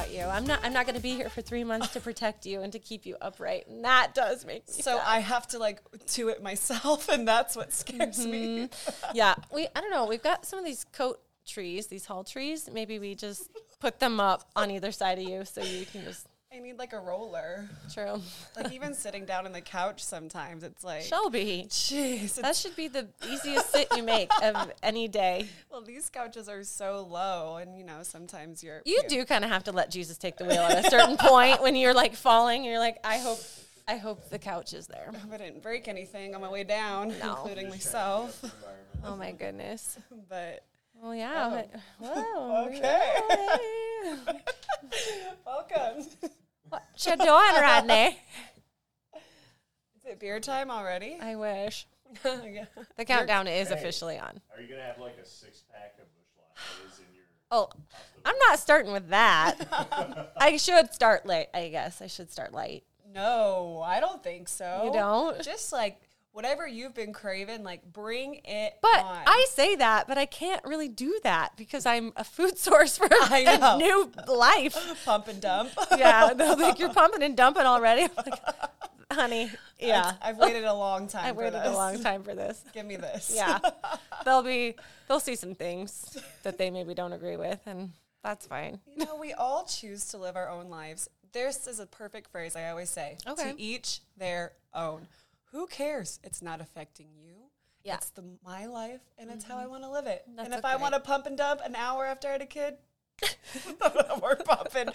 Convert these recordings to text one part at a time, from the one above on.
I'm not going to be here for three months to protect you and to keep you upright. And that does make me So sad. I have to like do it myself, and that's what scares Mm-hmm. me. yeah, we I don't know. We've got some of these coat trees, these hall trees. Maybe we just put them up on either side of you so you can just I need like a roller. true. Like even sitting down on the couch sometimes, it's like, Shelby. jeez. That it's- should be the easiest sit you make of any day. Well, these couches are so low, and you know sometimes you're You do kind of have to let Jesus take the wheel at a certain point when you're like falling. You're like, I hope, I hope the couch is there. I didn't break anything on my way down, No. including myself. Oh my goodness. But Well, Oh, yeah. but- Whoa. Okay. really? welcome. What you doing, Rodney? Is it beer time already? I wish. yeah. The countdown is officially on. Are you gonna have like a six pack of Bush Light that is in your? Oh, I'm not starting with that. I should start late, I guess. I should start light. No, I don't think so. You don't? Just like whatever you've been craving, like bring it. But on. I say that, but I can't really do that because I'm a food source for I know. a new life. pump and dump. Yeah, they're like, you're pumping and dumping already. I'm like, honey, yeah. I've waited a long time. I waited for this. a long time for this. Give me this. Yeah. they'll be, they'll see some things that they maybe don't agree with, and that's fine. You know, we all choose to live our own lives. This is a perfect phrase I always say. Okay. To each their own. Who cares? It's not affecting you. Yeah. Mm-hmm. It's the my life and it's how I want to live it. and That's if I okay. want to pump and dump an hour after I had a kid, we're pumping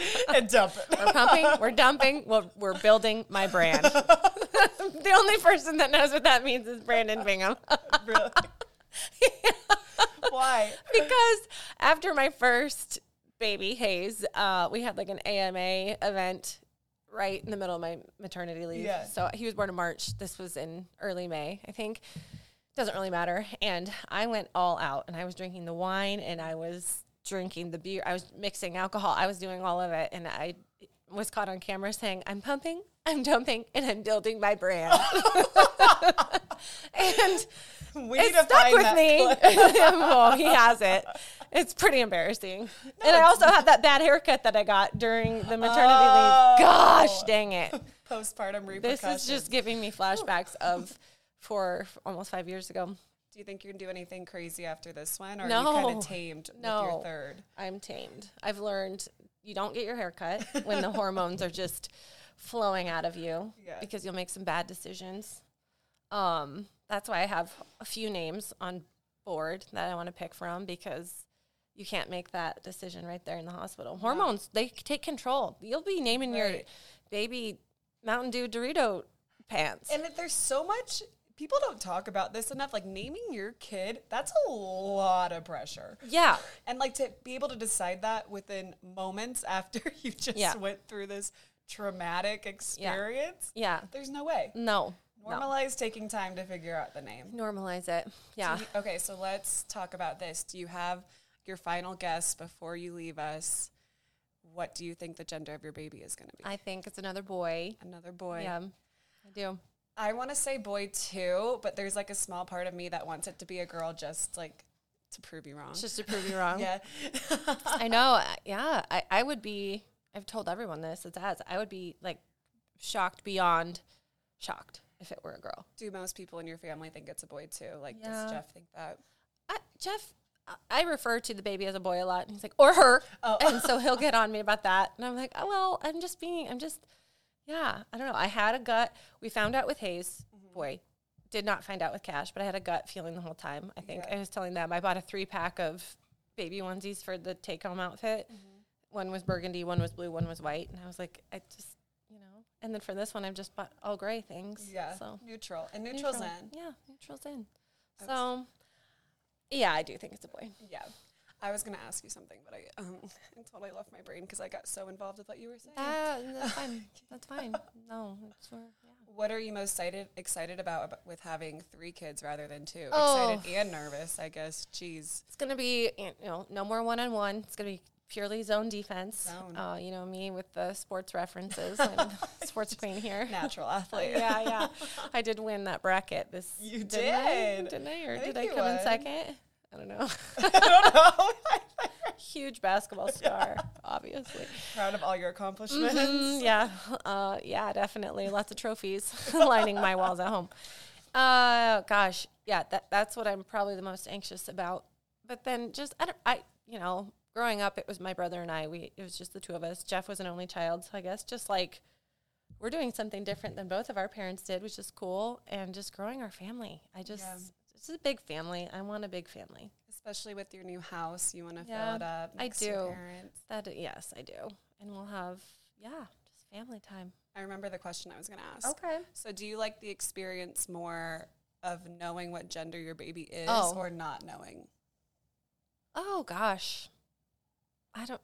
and dumping. We're pumping, we're dumping, we're, we're building my brand. the only person that knows what that means is Brandon Bingham. Really. Why? because after my first baby Hayes, uh, we had like an AMA event right in the middle of my maternity leave. Yeah. So he was born in March. This was in early May, I think. Doesn't really matter. And I went all out and I was drinking the wine and I was drinking the beer. I was mixing alcohol. I was doing all of it. And I was caught on camera saying, I'm pumping, I'm dumping, and I'm building my brand. and We it need to stuck find with that me. clip. well, he has it. It's pretty embarrassing. and I also had that bad haircut that I got during the maternity leave. Gosh, dang it. Postpartum repercussions. This is just giving me flashbacks of four almost five years ago. Do you think you can do anything crazy after this one? Or are you No. kind of tamed with No. your third? I'm tamed. I've learned you don't get your hair cut when the hormones are just flowing out of you Yeah. because you'll make some bad decisions. Um, that's why I have a few names on board that I want to pick from because you can't make that decision right there in the hospital. Hormones, they c- take control. You'll be naming your Right. baby Mountain Dew Dorito pants. And that there's so much people don't talk about this enough. Like naming your kid, that's a lot of pressure. yeah. And like to be able to decide that within moments after you just Yeah. went through this traumatic experience, Yeah. there's no way. No. No. Normalize taking time to figure out the name. Normalize it. Yeah. Okay, so let's talk about this. Do you have your final guess before you leave us? What do you think the gender of your baby is going to be? I think it's another boy. Another boy. Yeah. I do. I want to say boy too, but there's like a small part of me that wants it to be a girl just like to prove you wrong. just to prove you wrong. yeah. I know. I- Yeah, I, I would be. I've told everyone this. It's as I would be like shocked beyond shocked if it were a girl. Do most people in your family think it's a boy too? Like, Yeah. does Jeff think that? I, Jeff, I- I refer to the baby as a boy a lot, and he's like, or her, Oh, and so he'll get on me about that, and I'm like, oh well, I'm just being, I'm just, yeah, I don't know. I had a gut. We found out with Hayes, Mm-hmm. boy, did not find out with Cash, but I had a gut feeling the whole time. I think I was telling them I bought a three pack of baby onesies for the take home outfit. Mm-hmm. One was burgundy, one was blue, one was white, and I was like, I just, you know, and then for this one, I've just bought all gray things. Yeah. so Neutral. And neutral's in. yeah, neutral's in. So, yeah, I do think it's a boy. Yeah. I was going to ask you something, but I, um, I totally left my brain because I got so involved with what you were saying. Ah, that's fine. That's fine. No, it's for, yeah. what are you most excited, excited about, ab- with having three kids rather than two? Oh. Excited and nervous, I guess. Jeez. it's gonna be you know no more one on one. It's gonna be purely zone defense. Zone. Uh, you know me with the sports references. I'm sports queen here. Natural athlete. yeah, yeah. I did win that bracket. This You didn't I? did. didn't I? Or did I think I you come in won. second? I don't know. I don't know. huge basketball star, obviously. Proud of all your accomplishments. Mm, yeah, uh, yeah, definitely. Lots of trophies lining my walls at home. Uh, gosh, yeah, that that's what I'm probably the most anxious about. But then, just I don't, I you know, growing up, it was my brother and I. We it was just the two of us. Jeff was an only child, so I guess just like we're doing something different than both of our parents did, which is cool, and just growing our family. I just Yeah. this is a big family. I want a big family. Especially with your new house, you want to Yeah, fill it up. I next to your do. parents. That yes, I do, and we'll have yeah, just family time. I remember the question I was going to ask. Okay. So, do you like the experience more of knowing what gender your baby is Oh. or not knowing? Oh gosh. I don't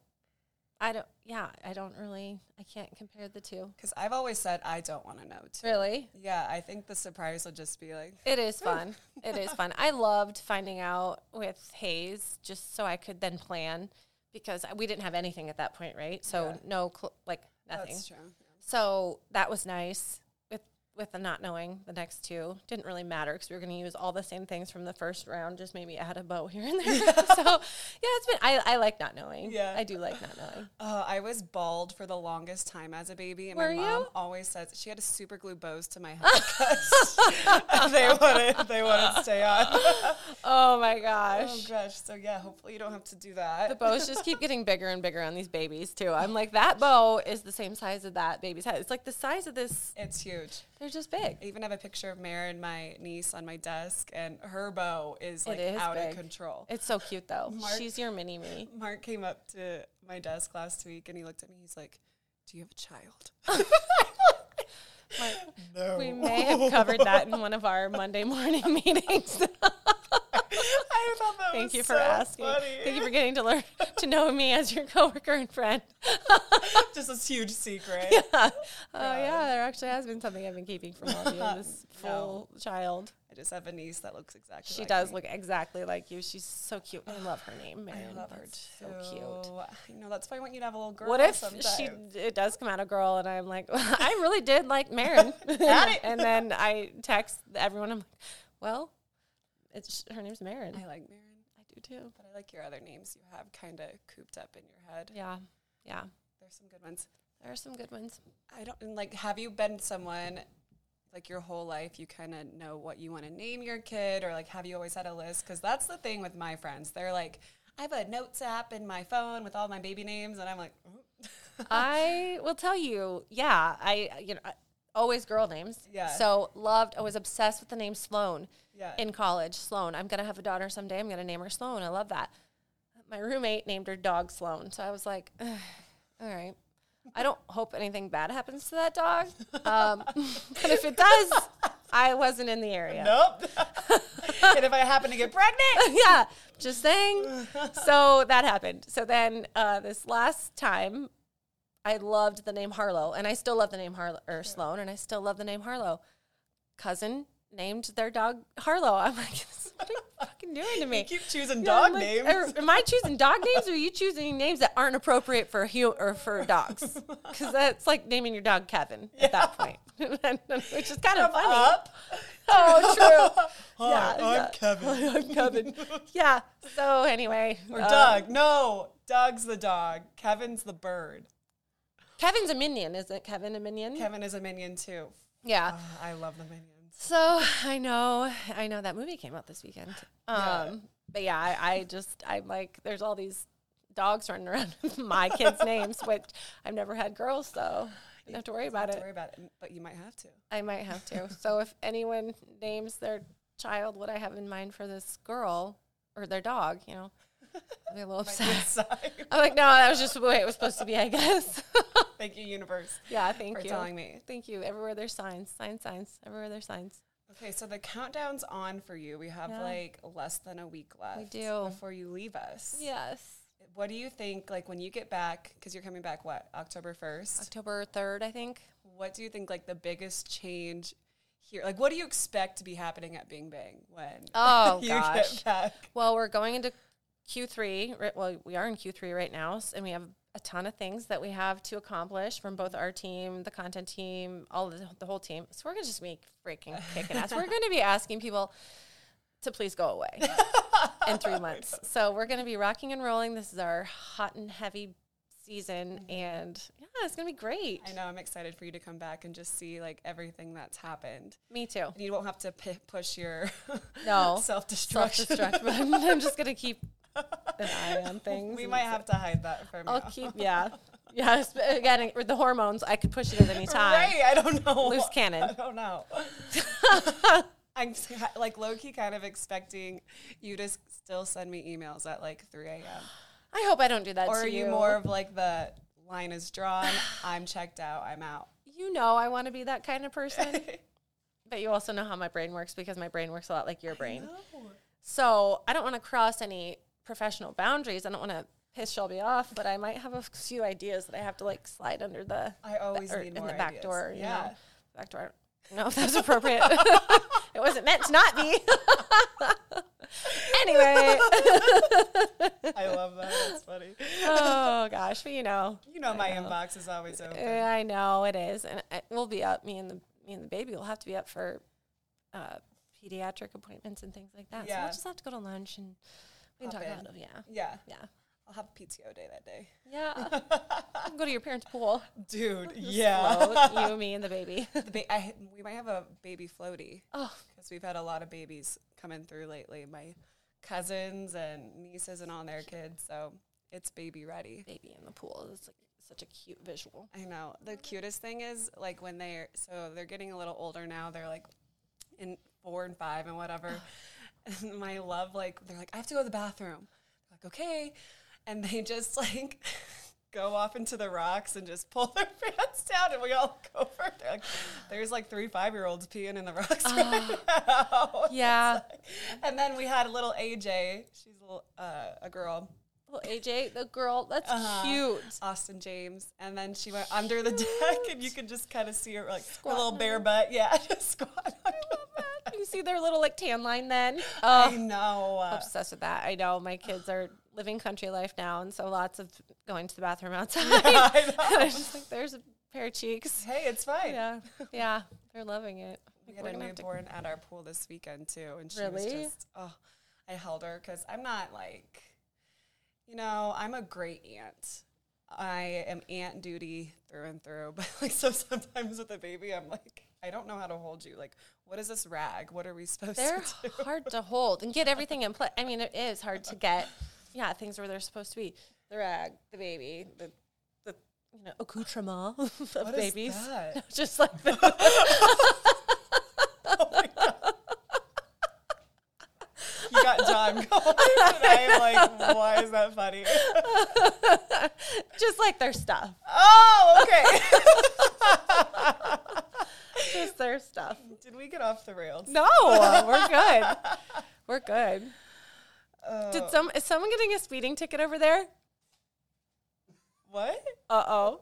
I don't yeah, I don't really I can't compare the two. Because I've always said I don't want to know too. Really? Yeah, I think the surprise would just be like, It is fun. it is fun. I loved finding out with Hayes just so I could then plan because we didn't have anything at that point, right? So Yeah. no cl- like nothing. that's true. So that was nice with with the not knowing the next two didn't really matter because we were going to use all the same things from the first round, just maybe add a bow here and there. so yeah, it's been I, I like not knowing. Yeah. I do like not knowing. Uh, I was bald for the longest time as a baby, and Were my mom you? always says she had to super glue bows to my head because they wouldn't they wouldn't stay on. Oh my Oh gosh. gosh! So yeah, hopefully you don't have to do that. the bows just keep getting bigger and bigger on these babies too. I'm like, that bow is the same size of that baby's head. It's like the size of this. it's huge. They're just big. I even have a picture of Marin, my niece, on my desk, and her bow is like is out big. of control. It's so cute though. Mark- She's your mini me. Mark came up to my desk last week and he looked at me. He's like, "Do you have a child?" Mark, No. we may have covered that in one of our Monday morning meetings. I thought that Thank was you for so asking. funny. Thank you for getting to learn to know me as your coworker and friend. just this huge secret. oh yeah, there actually has been something I've been keeping from all of you. This No. full child. I just have a niece that looks exactly. She like does me. look exactly like you. She's so cute. I love her name, I Marion. love her That's too. So cute. I know that's why I want you to have a little girl. What if she sometime. it does come out a girl and I'm like, I really did like Marin, and then I text everyone. I'm like, well, it's her name's Marin. I like Marin, I do too. but I like your other names you have kind of cooped up in your head. Yeah, yeah. There's some good ones. There are some good ones. I don't and like. Have you been someone like your whole life? You kind of know what you want to name your kid, or like, have you always had a list? Because that's the thing with my friends. They're like, I have a notes app in my phone with all my baby names, and I'm like, "Oh." I will tell you, yeah, I you know I, always girl names. Yeah. So loved. I was obsessed with the name Sloan. Yeah. In college, Sloan. I'm gonna have a daughter someday. I'm gonna name her Sloan. I love that. My roommate named her dog Sloan, so I was like, "Ugh, all right. I don't hope anything bad happens to that dog, um, but if it does, I wasn't in the area. nope. and if I happen to get pregnant, yeah, just saying. So that happened. So then uh, this last time, I loved the name Harlow, and I still love the name Harlow or Sloan, and I still love the name Harlow. Cousin named their dog Harlow. I'm like, "This- what are you fucking doing to me? you keep choosing Yeah, I'm dog like, names. "Are- am I choosing dog names, or are you choosing names that aren't appropriate for hu- or for dogs? Because that's like naming your dog Kevin at that point, which is kind of funny. Up. Oh, true. Hi, Yeah, I'm yeah. Kevin. I'm Kevin. yeah. So anyway, Or um, Doug. No, Doug's the dog. Kevin's the bird. Kevin's a minion, isn't Kevin a minion? Kevin is a minion too. yeah. Ah, I love the minions. So I know, I know that movie came out this weekend. Um, But yeah, I, I just, I'm like, there's all these dogs running around with my kids' names, which I've never had girls, so I don't have to worry about Don't it. worry about it, but you might have to. I might have to. So if anyone names their child what I have in mind for this girl or their dog, you know, I'll be a little upset. Inside. I'm like, no, that was just the way it was supposed to be, I guess. Thank you, universe, yeah, thank for you. telling me. Thank you. Everywhere there's signs, signs, signs. Everywhere there's signs. Okay, so the countdown's on for you. We have Yeah. like less than a week left. do. before you leave us. Yes. What do you think? Like when you get back, because you're coming back what October first. October 3rd, I think. What do you think? Like the biggest change here. Like what do you expect to be happening at Bing Bang when Oh, you gosh. get back? Well, we're going into Q3. Right, well, we are in Q3 right now, s- and we have a ton of things that we have to accomplish from both our team, the content team, all of the, the whole team. So we're going to just be freaking kicking ass. We're going to be asking people to please go away in three months. So we're going to be rocking and rolling. This is our hot and heavy season, and yeah, it's going to be great. Mm-hmm. I know I'm excited for you to come back and just see like everything that's happened. Me too. And you won't have to p- push your No. self-destruction. Self-destruct, but I'm just going to keep an eye on things. we and might have to hide that from I'll now. keep, yeah. Yeah, it's- again, with the hormones, I could push it at any time. Right, I don't know. Loose wh- cannon. I don't know. I'm s- ha- like low key kind of expecting you to s- still send me emails at like 3 a.m. I hope I don't do that Or to are you more of like the line is drawn, I'm checked out, I'm out. You know I want to be that kind of person. but you also know how my brain works because my brain works a lot like your brain. So I don't want to cross any professional boundaries. I don't want to piss Shelby off, but I might have a few ideas that I have to like slide under the I always or in need more the back ideas. door. You Yeah. know, back door. I don't know if that's appropriate. it wasn't meant to not be. anyway, I love that. That's funny. oh gosh, but you know, You know my inbox is always open. Eh, I know it is, and it will be up. Me and the me and the baby will have to be up for uh, pediatric appointments and things like that. So Yeah. we'll just have to go to lunch and we can Hop talk about in. it. Yeah, Yeah. yeah, I'll have PTO day that day. yeah. You can go to your parents' pool. Dude, Just yeah. float, you, me, and the baby. The ba- I, we might have a baby floaty. Oh, because we've had a lot of babies coming through lately. My cousins and nieces and all their kids, so it's baby ready. baby in the pool is like such a cute visual. I know. The cutest thing is like when they're so they're getting a little older now. They're like in four and five and whatever. and my love, like they're like, I have to go to the bathroom. They're like, okay, and they just like. Go off into the rocks and just pull their pants down, and we all go for it. They're like, there's like three five year olds peeing in the rocks right now. Yeah, And then we had little AJ. She's a, little, uh, a girl, well, AJ, the girl, that's Uh-huh. cute. Austin James. And then she went under the deck, and you could just kind of see her like her little Squatting bare butt. Yeah, just squat. Under the deck. You see their little like tan line then. Oh, I know. uh, obsessed with that. I know my kids are living country life now, and so lots of going to the bathroom outside. I know. I was just like, there's a pair of cheeks. Hey, it's fine. Yeah, yeah, they're loving it. We Like, had we're a gonna have to- newborn at our pool this weekend too, and she was Really? just oh, I held her because I'm not like, you know, I'm a great aunt. I am aunt duty through and through, but like so sometimes with a baby, I'm like, I don't know how to hold you. Like, what is this rag? What are we supposed They're to? hard to hold and get everything in place. I mean, it is hard to get, yeah, things where they're supposed to be. The rag, the baby, the the you know accoutrement of What is babies, that? just like the Oh You got John going, and I'm like, why is that funny? just like their stuff, Oh, okay. just their stuff. Did we get off the rails? No, we're good. We're good. Uh, Did some is someone getting a speeding ticket over there? What? Uh oh.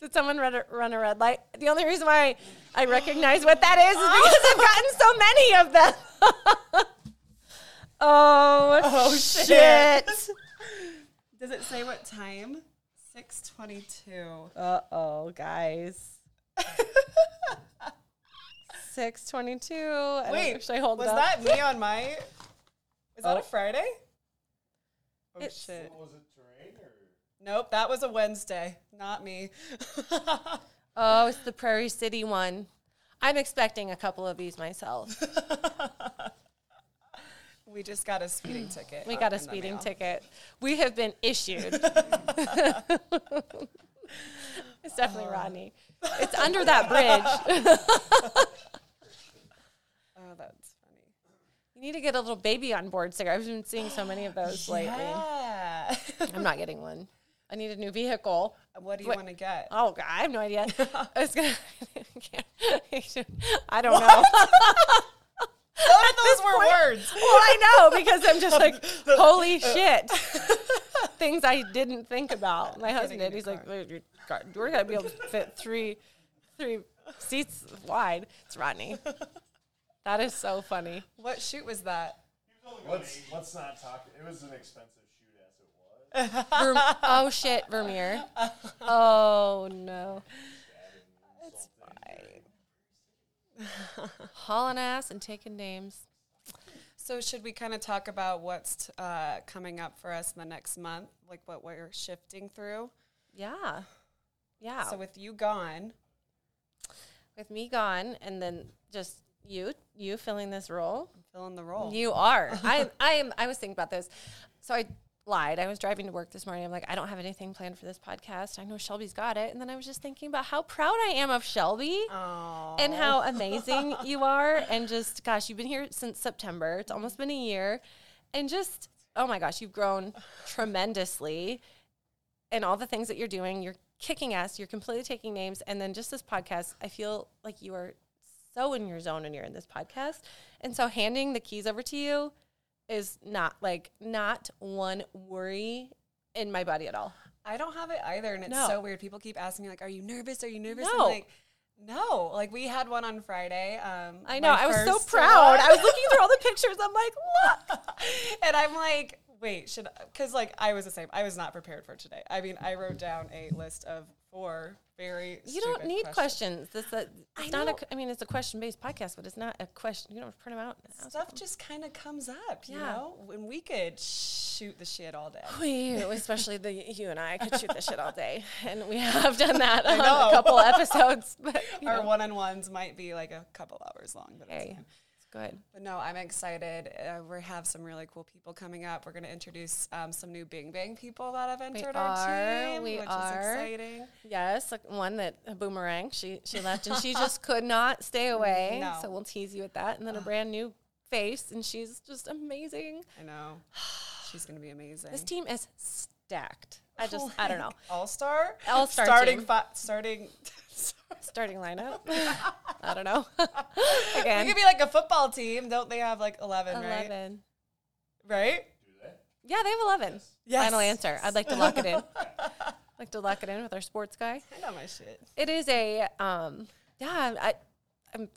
Did someone run a, run a red light? The only reason why I recognize what that is is because I've gotten so many of them. oh, shit. Does it say what time? Six twenty-two. Uh oh, guys. 622. I Wait, Wait, I hold was it up. that me on my? Was that Oh. a Friday? Oh It's- shit! Was it terrain or? Nope, that was a Wednesday. Not me. Oh, it's the Prairie City one. I'm expecting a couple of these myself. we just got a speeding ticket. We uh, got a in the speeding mail. ticket. We have been issued. it's definitely Rodney. It's under that bridge. Oh, that's funny. You need to get a little baby on board sticker. I've been seeing so many of those lately. Yeah. I'm not getting one. I need a new vehicle. what do you Wait. want to get? Oh God, I have no idea. I was gonna. I, can't- I don't know. None of those were words. Well, I know because I'm just like, holy shit. Things I didn't think about. My husband Getting did. He's a new like, "Look, your car- we're gonna be able to fit three, three seats wide. It's Rodney. That is so funny. What shoot was that? Let's let's not talk. It was an expensive shoot as it was. Verm- oh shit, Vermeer. Oh no. Hauling ass and taking names. So should we kind of talk about what's uh, coming up for us in the next month, like what we're shifting through? Yeah. Yeah. So with you gone, with me gone and then just you you filling this role. fill in the role. You are. I I am I was thinking about this. So I lied. I was driving to work this morning. I'm like, I don't have anything planned for this podcast. I know Shelby's got it. And then I was just thinking about how proud I am of Shelby Aw. and how amazing you are. And just gosh, you've been here since September. It's almost been a year. And just oh my gosh, you've grown tremendously. And all the things that you're doing, you're kicking ass, you're completely taking names. And then just this podcast, I feel like you are so in your zone when you're in this podcast. And so handing the keys over to you is not like not one worry in my body at all. I don't have it either, and it's No. so weird. People keep asking me like, "Are you nervous? Are you nervous?" No. I'm like, no. Like we had one on Friday. Um, I know. my I was so first proud. one. I was looking through all the pictures. I'm like, look. and I'm like, wait, should because like I was the same. I was not prepared for today. I mean, I wrote down a list of four very You don't stupid need questions. questions. This uh, it's not a. c- I mean, it's a question-based podcast, but it's not a question. You don't print them out. and ask Stuff just kind of comes up, you Yeah. know. When we could shoot the shit all day. You, especially the you and I, could shoot this shit all day, and we have done that on know. a couple episodes. But you Our know, one on ones might be like a couple hours long, but it's hey, fine. it's good. But no, I'm excited. Uh, we have some really cool people coming up. We're going to introduce um, some new Bing Bang people that have entered our are, team, we which are. is exciting. Yes, like one that a boomerang. She she left, and she just could not stay away. No. So we'll tease you with that, and then a brand new face, and she's just amazing. I know she's going to be amazing. This team is stacked. I just I don't know All star, All-star starting, team. fi- starting. starting lineup. I don't know. It Again, could be like a football team, don't they have like 11, right? 11. Right? Do that. Yeah, they have 11. Yes. Final answer. I'd like to lock it in. like to lock it in with our sports guy. I know my shit. It is a, um, yeah, I, I'm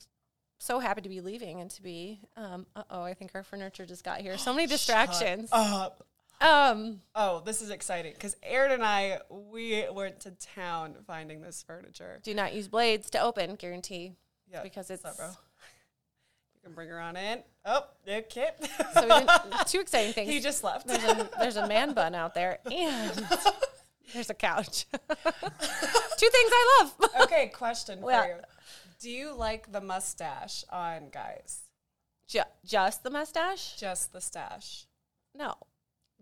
so happy to be leaving and to be, um, uh oh, I think our furniture just got here. So many distractions. Oh, Up. Um, Oh, this is exciting because Aaron and I, we went to town finding this furniture. do not use blades to open, guarantee. Yeah, Because what's up, it's- You can bring her on in. Oh, okay. So we didn't, two exciting things. he just left. there's, a, there's a man bun out there and there's a couch. two things I love. okay, question for Well- you. Do you like the mustache on guys? Ju- just the mustache? Just the stash? No,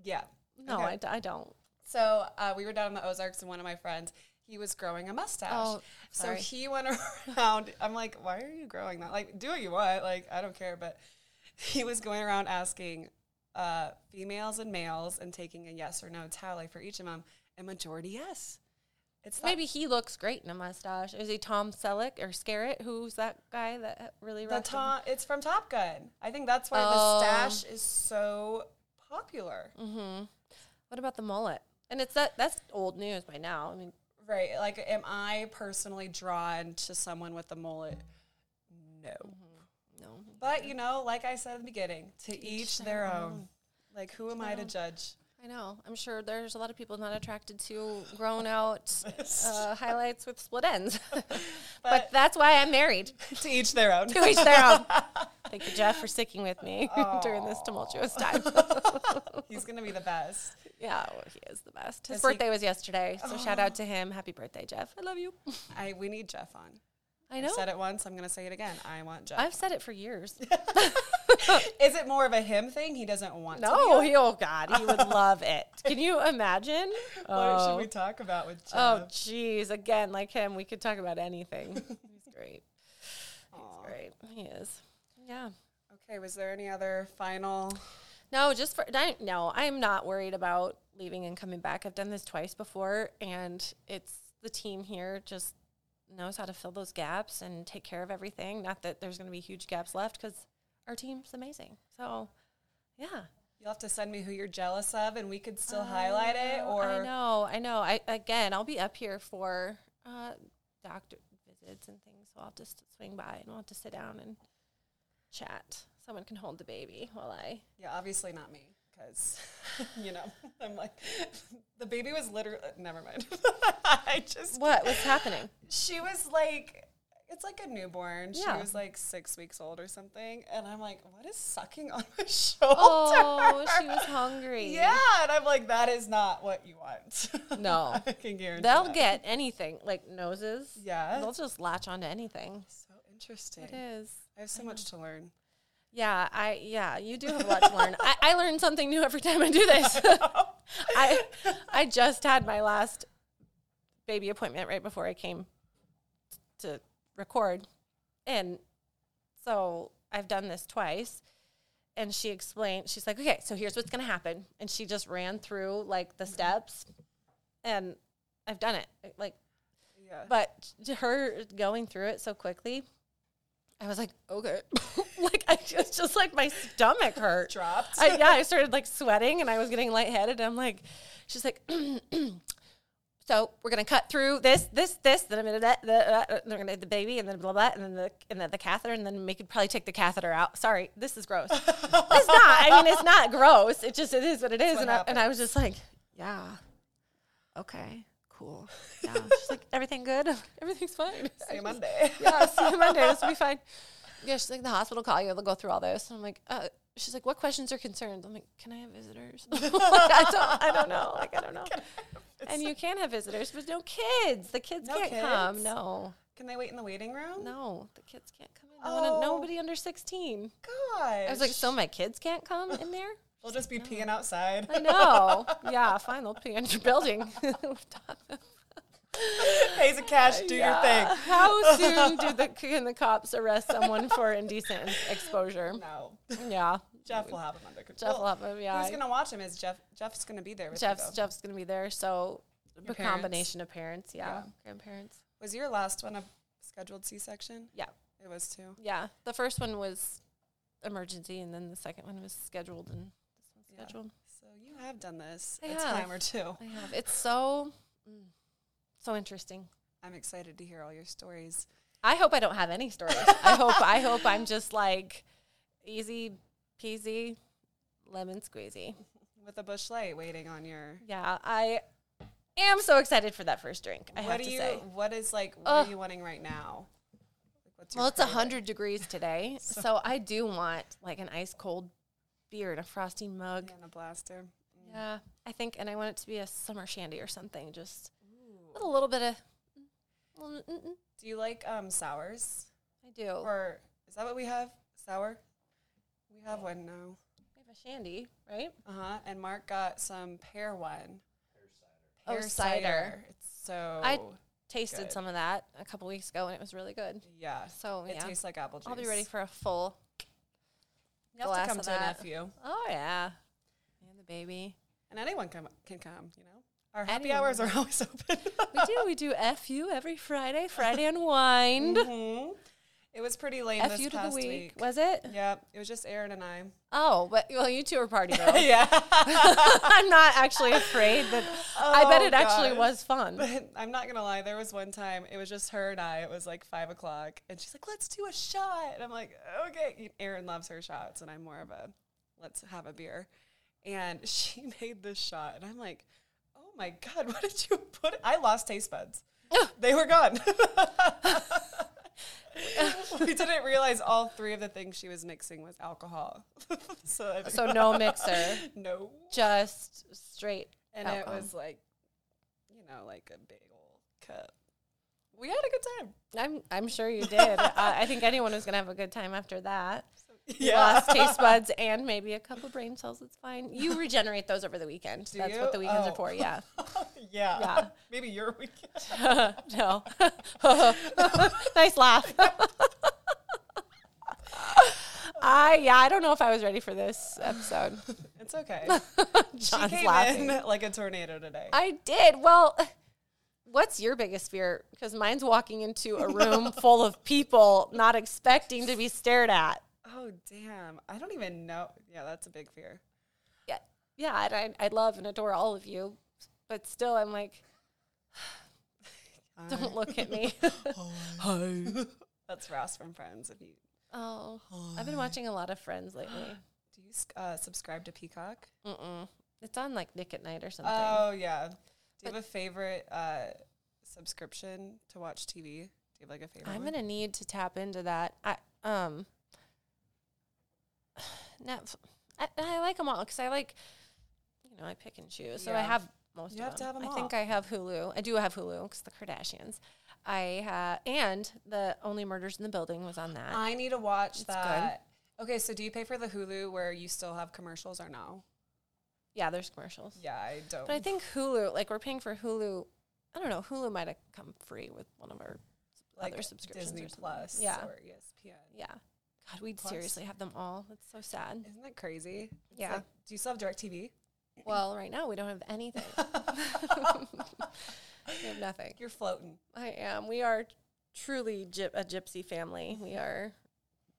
Yeah. no, Okay. I d- I don't. So uh, we were down in the Ozarks, and one of my friends, he was growing a mustache. Oh, so sorry. he went around. I'm like, why are you growing that? Like, do what you want. Like, I don't care. But he was going around asking uh, females and males and taking a yes or no tally for each of them, and majority yes. It's not- Maybe he looks great in a mustache. Is he Tom Selleck or Scarrett? Who's that guy that really the rocked him? Tom. It's from Top Gun. I think that's why Oh. Mm-hmm. the stash is so popular. What about the mullet? And it's that that's old news by now. I mean, Right. Like, am I personally drawn to someone with a mullet? No. no. But, you know, like I said at the beginning, to, each, their own. Like, who am I to judge? I know. I'm sure there's a lot of people not attracted to grown out uh, highlights with split ends. but, But- that's why I'm married. to each their own. To each their own. Thank you, Jeff, for sticking with me during this tumultuous time. He's going to be the best. yeah, well, he is the best. His Is he- birthday was yesterday, so shout out to him. Happy birthday, Jeff. I love you. I We need Jeff on. I I know. said it once. I'm going to say it again. I want Jeff. I've said it for years. Is it more of a him thing? He doesn't want to. No, he, oh God, he would love it. Can you imagine? What should Oh, we talk about with Jeff? oh, geez. Again, like him, we could talk about anything. He's great. Aw. He's great. He is. Yeah. Okay. Was there any other final? No, just for, I, no, I'm not worried about leaving and coming back. I've done this twice before, and it's the team here just knows how to fill those gaps and take care of everything. Not that there's going to be huge gaps left because our team's amazing. So, yeah. You'll have to send me who you're jealous of, and we could still highlight it. Or I know, I know. I again, I'll be up here for uh, doctor visits and things, so I'll just swing by and we'll have to sit down and chat. Someone can hold the baby while I. Yeah, obviously not me, because you know, I'm like the baby was literally. Never mind. I just What was happening? she was like it's like a newborn. Yeah. She was like six weeks old or something. And I'm like, what is sucking on my shoulder? Oh, she was hungry. Yeah. And I'm like, that is not what you want. No. I can guarantee. They'll that. get anything, like noses. Yeah. They'll just latch onto anything. So interesting. It is. I have so much to learn. Yeah, I yeah, you do have a lot to learn. I, I learn something new every time I do this. I I just had my last baby appointment right before I came to record. And so I've done this twice. And she explained, she's like, okay, so here's what's going to happen. And she just ran through like the steps. And I've done it. Like, Yeah. but to her going through it so quickly, I was like, okay. like, I just, just like my stomach hurt. dropped. I, yeah, I started like sweating and I was getting lightheaded. I'm like, she's like, so we're gonna cut through this, this, this. Then I'm gonna that, that, that, and they're gonna have the baby and then blah blah, and then the and then the catheter, and then we could probably take the catheter out. Sorry, this is gross. it's not. I mean, it's not gross. It just it is what it is. what and I, and I was just like, yeah, okay, cool. Yeah. she's like, everything good. Everything's fine. See you Monday. yeah, see you Monday. This will be fine. Yeah, she's like, the hospital call you. They'll go through all this. And I'm like, uh, she's like, what questions or concerns? I'm like, can I have visitors? Like, I don't, I don't know. Like, I don't know. And you can have visitors, but no kids. The kids No can't come. kids? No, Can they wait in the waiting room? no, the kids can't come in. No one- Oh. nobody under 16. God. I was like, so my kids can't come in there? We'll just be peeing outside. I know. Yeah, fine. They'll pee in your building. Pays a cash, do your thing. How soon do the can the cops arrest someone for indecent exposure? No. Yeah, Jeff will have him under control. Jeff will have him, yeah. Who's gonna watch him? Is Jeff? Jeff's gonna be there with you, Jeff's though. Jeff's gonna be there. So a parents. combination of parents, yeah, Yeah. grandparents, Was your last one a scheduled C-section? yeah, It was too. yeah. The first one was emergency, and then the second one was scheduled, and this one's Yeah. scheduled. So you have done this I a have. time or two. I have. It's so mm, so interesting. I'm excited to hear all your stories. I hope I don't have any stories. I hope I hope I'm just like easy peasy, lemon squeezy. With a bush light waiting on your. Yeah, I am so excited for that first drink. I what have do to you? say. What is like? What Ugh. are you wanting right now? Like, what's your Well, it's a craving? 100 degrees today, so, I do want like an ice cold beer and a frosty mug. Yeah, and a blaster. Yeah. I think, and I want it to be a summer shandy or something, just with a little bit of. mm, mm, mm. Do you like um sours? I do. We Or is that what we have? Sour. We have one now. have a shandy, right? Uh huh. And Mark got some pear one. Oh, Pear cider. It's so. I Tasted Good. some of that a couple weeks ago, and it was really good. yeah. So It Oh, yeah, tastes like apple juice. I'll be ready for a full. you have glass to come of to that. an FU. Oh yeah, and the baby. And anyone come, can come, you know? Our happy Anyone. hours are always open. We do. We do fu every Friday. Friday unwind. Mhm. It was pretty lame fu this to the past week. week. Was it? Yeah, it was just Aaron and I. Oh, but well, you two are party girls. yeah. I'm not actually afraid that. I bet Oh, it actually gosh. was fun. But I'm not gonna lie, there was one time it was just her and I. It was like five o'clock, and she's like, "Let's do a shot," and I'm like, "Okay." Erin loves her shots, and I'm more of a "Let's have a beer," and she made this shot, and I'm like, "Oh my god, what did you put?" I lost taste buds; they were gone. we didn't realize all three of the things she was mixing was alcohol. so, I think- So no mixer, no, just straight. and alcohol. it was like, you know, like a big old cup. We had a good time. I'm I'm sure you did. I, I think anyone was gonna have a good time after that. You Yeah. Lost taste buds and maybe a couple brain cells. It's fine. You regenerate those over the weekend. Do That's you? what the weekends Oh. are for. Yeah. yeah. Yeah. Maybe your weekend. no. nice laugh. I yeah, I don't know if I was ready for this episode. It's okay. she John's came laughing. in like a tornado today. I did. Well, what's your biggest fear? Because mine's walking into a room full of people not expecting to be stared at. oh damn. I don't even know. Yeah, that's a big fear. Yeah, yeah. and I, I love and adore all of you, but still, I'm like, don't look at me. That's Ross from Friends. If you oh, I've been watching a lot of Friends lately. do you s- uh, subscribe to Peacock? Mm-mm. It's on like Nick at Night or something. Oh yeah. Do you have a favorite uh, subscription to watch TV? you have like a favorite? I'm one? gonna need to tap into that. I um, Netf- I, I like them all because I like, you know, I pick and choose. So I Yeah. have most. You of have to have 'em I think I have Hulu. I do have Hulu because the Kardashians. I ha- and the Only Murders in the Building was on that. I need to watch good. that. Okay, so do you pay for the Hulu where you still have commercials or no? yeah, there's commercials. Yeah, I don't. But I think Hulu, like we're paying for Hulu. I don't know. Hulu might have come free with one of our other subscriptions. Disney or something. Plus Yeah. or E ESPN. Yeah. God, we'd Plus. seriously have them all. That's so sad. Isn't that crazy? It's Yeah. like, do you still have DirecTV? Well, right now we don't have anything. we have nothing. You're floating. I am. We are truly gyp a gypsy family. We are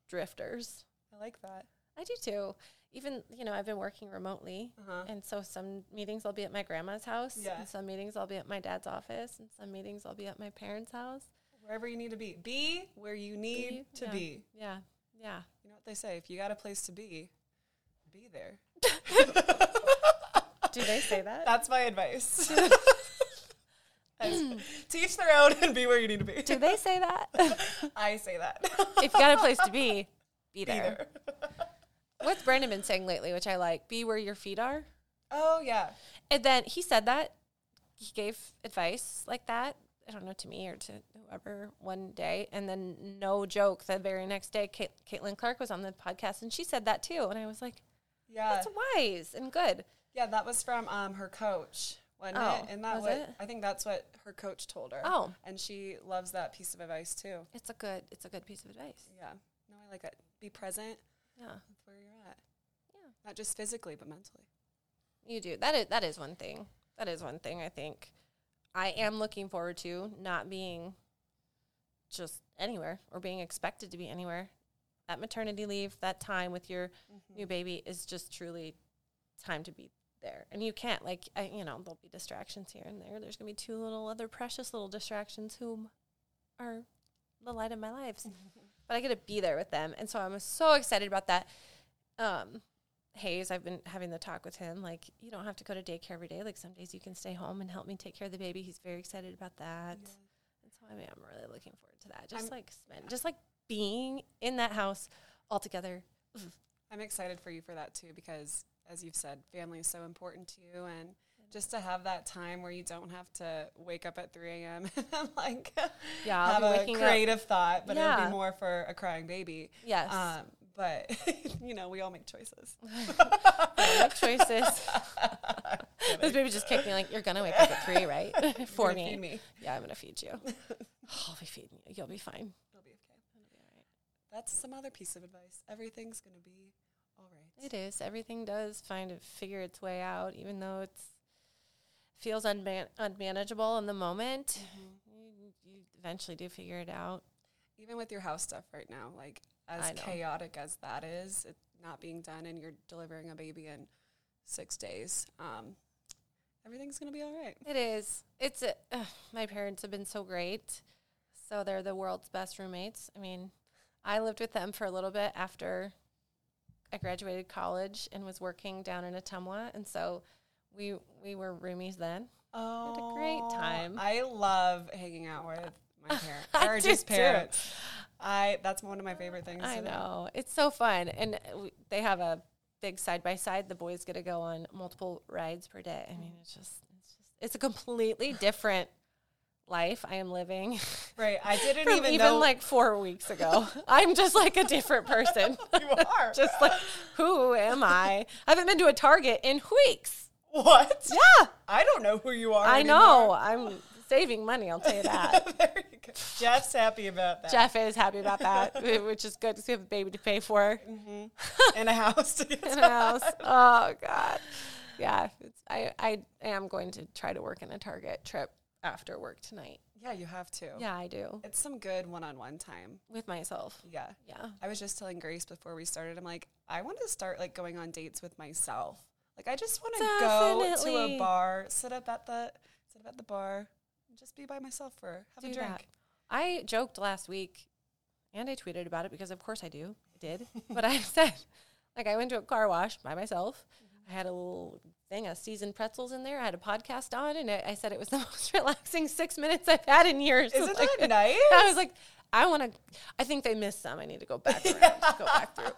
drifters. I like that. I do too. Even, you know, I've been working remotely. Uh-huh. And so some meetings I'll be at my grandma's house. Yeah. And some meetings I'll be at my dad's office. And some meetings I'll be at my parents' house. Wherever you need to be, be where you need Be- to yeah. be. Yeah. Yeah. You know what they say? If you got a place to be, be there. Do they say that? That's my advice. As- Teach their own and be where you need to be. Do they say that? I say that. if you got a place to be, be there. Either. What's Brandon been saying lately, which I like? Be where your feet are. Oh yeah. And then he said that he gave advice like that. I don't know to me or to whoever one day, and then no joke. The very next day, Kate, Caitlin Clark was on the podcast, and she said that too. And I was like, Yeah. "That's wise and good." Yeah, that was from um, her coach, wasn't Oh, it? And that was what, it? I think that's what her coach told her. Oh. and she loves that piece of advice too. It's a good. It's a good piece of advice. Yeah, no, I like it. Be present Yeah, with where you're at. Yeah. not just physically but mentally. you do. That is that is one thing. That is one thing I think I am looking forward to not being just anywhere or being expected to be anywhere. That maternity leave, that time with your Mm-hmm. new baby is just truly time to be there. And you can't like I, you know, there'll be distractions here and there. There's going to be two little other precious little distractions whom are the light of my lives. but I get to be there with them. And so I'm so excited about that. Um Hayes, I've been having the talk with him. Like, you don't have to go to daycare every day. Like, some days you can stay home and help me take care of the baby. He's very excited about that. And so I mean, I'm really looking forward to that. Just I'm- like spend, just like being in that house all together. I'm excited for you for that too because, as you've said, family is so important to you and. Just to have that time where you don't have to wake up at 3 a.m. and like Yeah, I'll have be a waking up- creative thought, but it'll Yeah. be more for a crying baby. Yes. Um, but you know, we all make choices. Make choices. this baby just kicked me. Like, you're gonna wake up at three, right? For You're gonna me. feed me. Yeah, I'm gonna feed you. Oh, I'll be feeding you. You'll be fine. It'll be okay. That's some other piece of advice. Everything's gonna be all right. It is. Everything does find it figure its way out, even though it's feels unman- unmanageable in the moment. Mm-hmm. You, you eventually do figure it out. Even with your house stuff right now, like as I know. chaotic as that is, it not being done, and you're delivering a baby in six days. Um, everything's gonna be all right. It is. It's a, ugh, my parents have been so great. So they're the world's best roommates. I mean, I lived with them for a little bit after I graduated college and was working down in Atumwa, and so we we were roomies then. Oh, had a great time. I love hanging out with my parents I or do just too. parents. I that's one of my favorite things. I to do. know. It's so fun. And uh, we, they have a big side by side. The boys get to go on multiple rides per day. I mean, it's just, it's just, it's a completely different life I am living Right? I didn't from even even, know like four weeks ago. I'm just like a different person. you are. just like, who am I? I haven't been to a Target in weeks. what? Yeah. I don't know who you are. I anymore. know. I'm saving money. I'll tell you that. there you go. Jeff's happy about that. Jeff is happy about that, which is good because we have a baby to pay for. And a house to get in a house. Oh God. Yeah. It's, I, I am going to try to work in a Target trip after work tonight. Yeah, you have to. Yeah, I do. It's some good one on one time. With myself. Yeah. Yeah. I was just telling Grace before we started, I'm like, I want to start like going on dates with myself. Like I just want to go to Definitely. a bar, sit up at the sit up at the bar, and just be by myself for have Do a drink. that. I joked last week and I tweeted about it because of course I do. I did. but I said, like I went to a car wash by myself. I had a little thing of seasoned pretzels in there. I had a podcast on, and I, I said it was the most relaxing six minutes I've had in years. Isn't Like, that nice? I was like, I want to. I think they missed some. I need to go back around, go back through.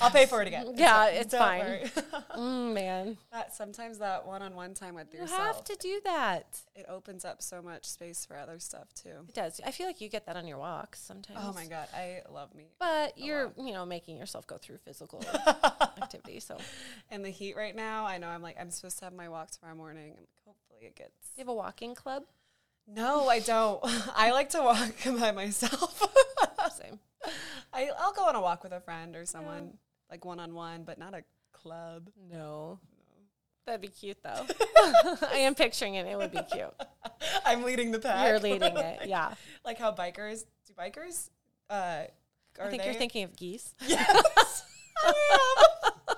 I'll pay for it again. Yeah, it's Don't fine. worry. Mm, man, that sometimes that one-on-one time with you yourself, have to do that. it opens up so much space for other stuff too. It does. I feel like you get that on your walks sometimes. Oh my god, I love me. But you're, you know, making yourself go through physical activity. So do And the heat right now, I know I'm like I'm supposed to have my walk tomorrow morning. I'm like, hopefully it gets. you have a walking club? No, I don't. I like to walk by myself. Same. I, I'll go on a walk with a friend or someone, like one on one, but not a club. No. That'd be cute though. I am picturing it. It would be cute. I'm leading the pack. You're leading it. Yeah. like how bikers do bikers. Uh, are I think they? you're thinking of geese. Yes, I am.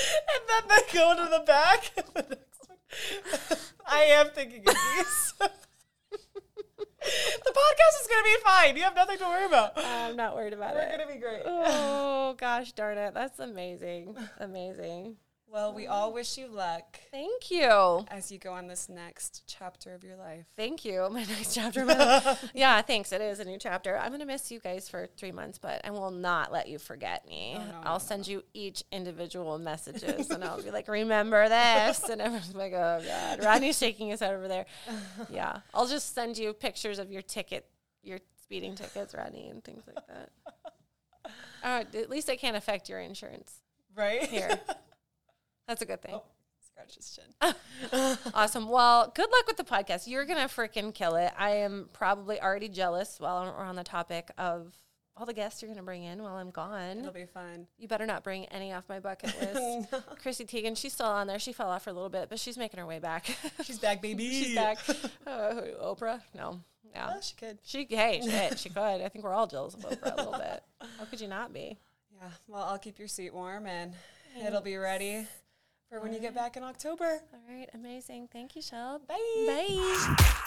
and then they go to the back. of the next one. I am thinking of these. the podcast is gonna be fine. You have nothing to worry about. I'm not worried about We're it. gonna be great. Oh gosh darn it. That's amazing. Amazing. Well, we all wish you luck Thank you. as you go on this next chapter of your life. Thank you. My next chapter. of my life. yeah, thanks. It is a new chapter. I'm going to miss you guys for three months, but I will not let you forget me. Oh, no, no, I'll no, send you each individual messages and I'll be like, remember this. And everyone's like, oh, God. Rodney's shaking his head over there. Yeah. I'll just send you pictures of your ticket, your speeding tickets, Rodney, and things like that. Uh, at least I can't affect your insurance Right here. That's a good thing. Oh, scratch his chin. Awesome. Well, good luck with the podcast. You're going to freaking kill it. I am probably already jealous while I'm- we're on the topic of all the guests you're going to bring in while I'm It'll gone. be fun. You better not bring any off my bucket list. Chrissy Teigen, she's still on there. She fell off for a little bit, but she's making her way back. She's back, baby. she's back. Uh, who, Oprah? No. Yeah. Oh, she could. She, hey, shit, she could. I think we're all jealous of Oprah a little bit. How could you not be? Yeah. Well, I'll keep your seat warm and it'll be ready for when you get back in October. All right. Amazing. Thank you, Shel. Bye. Bye.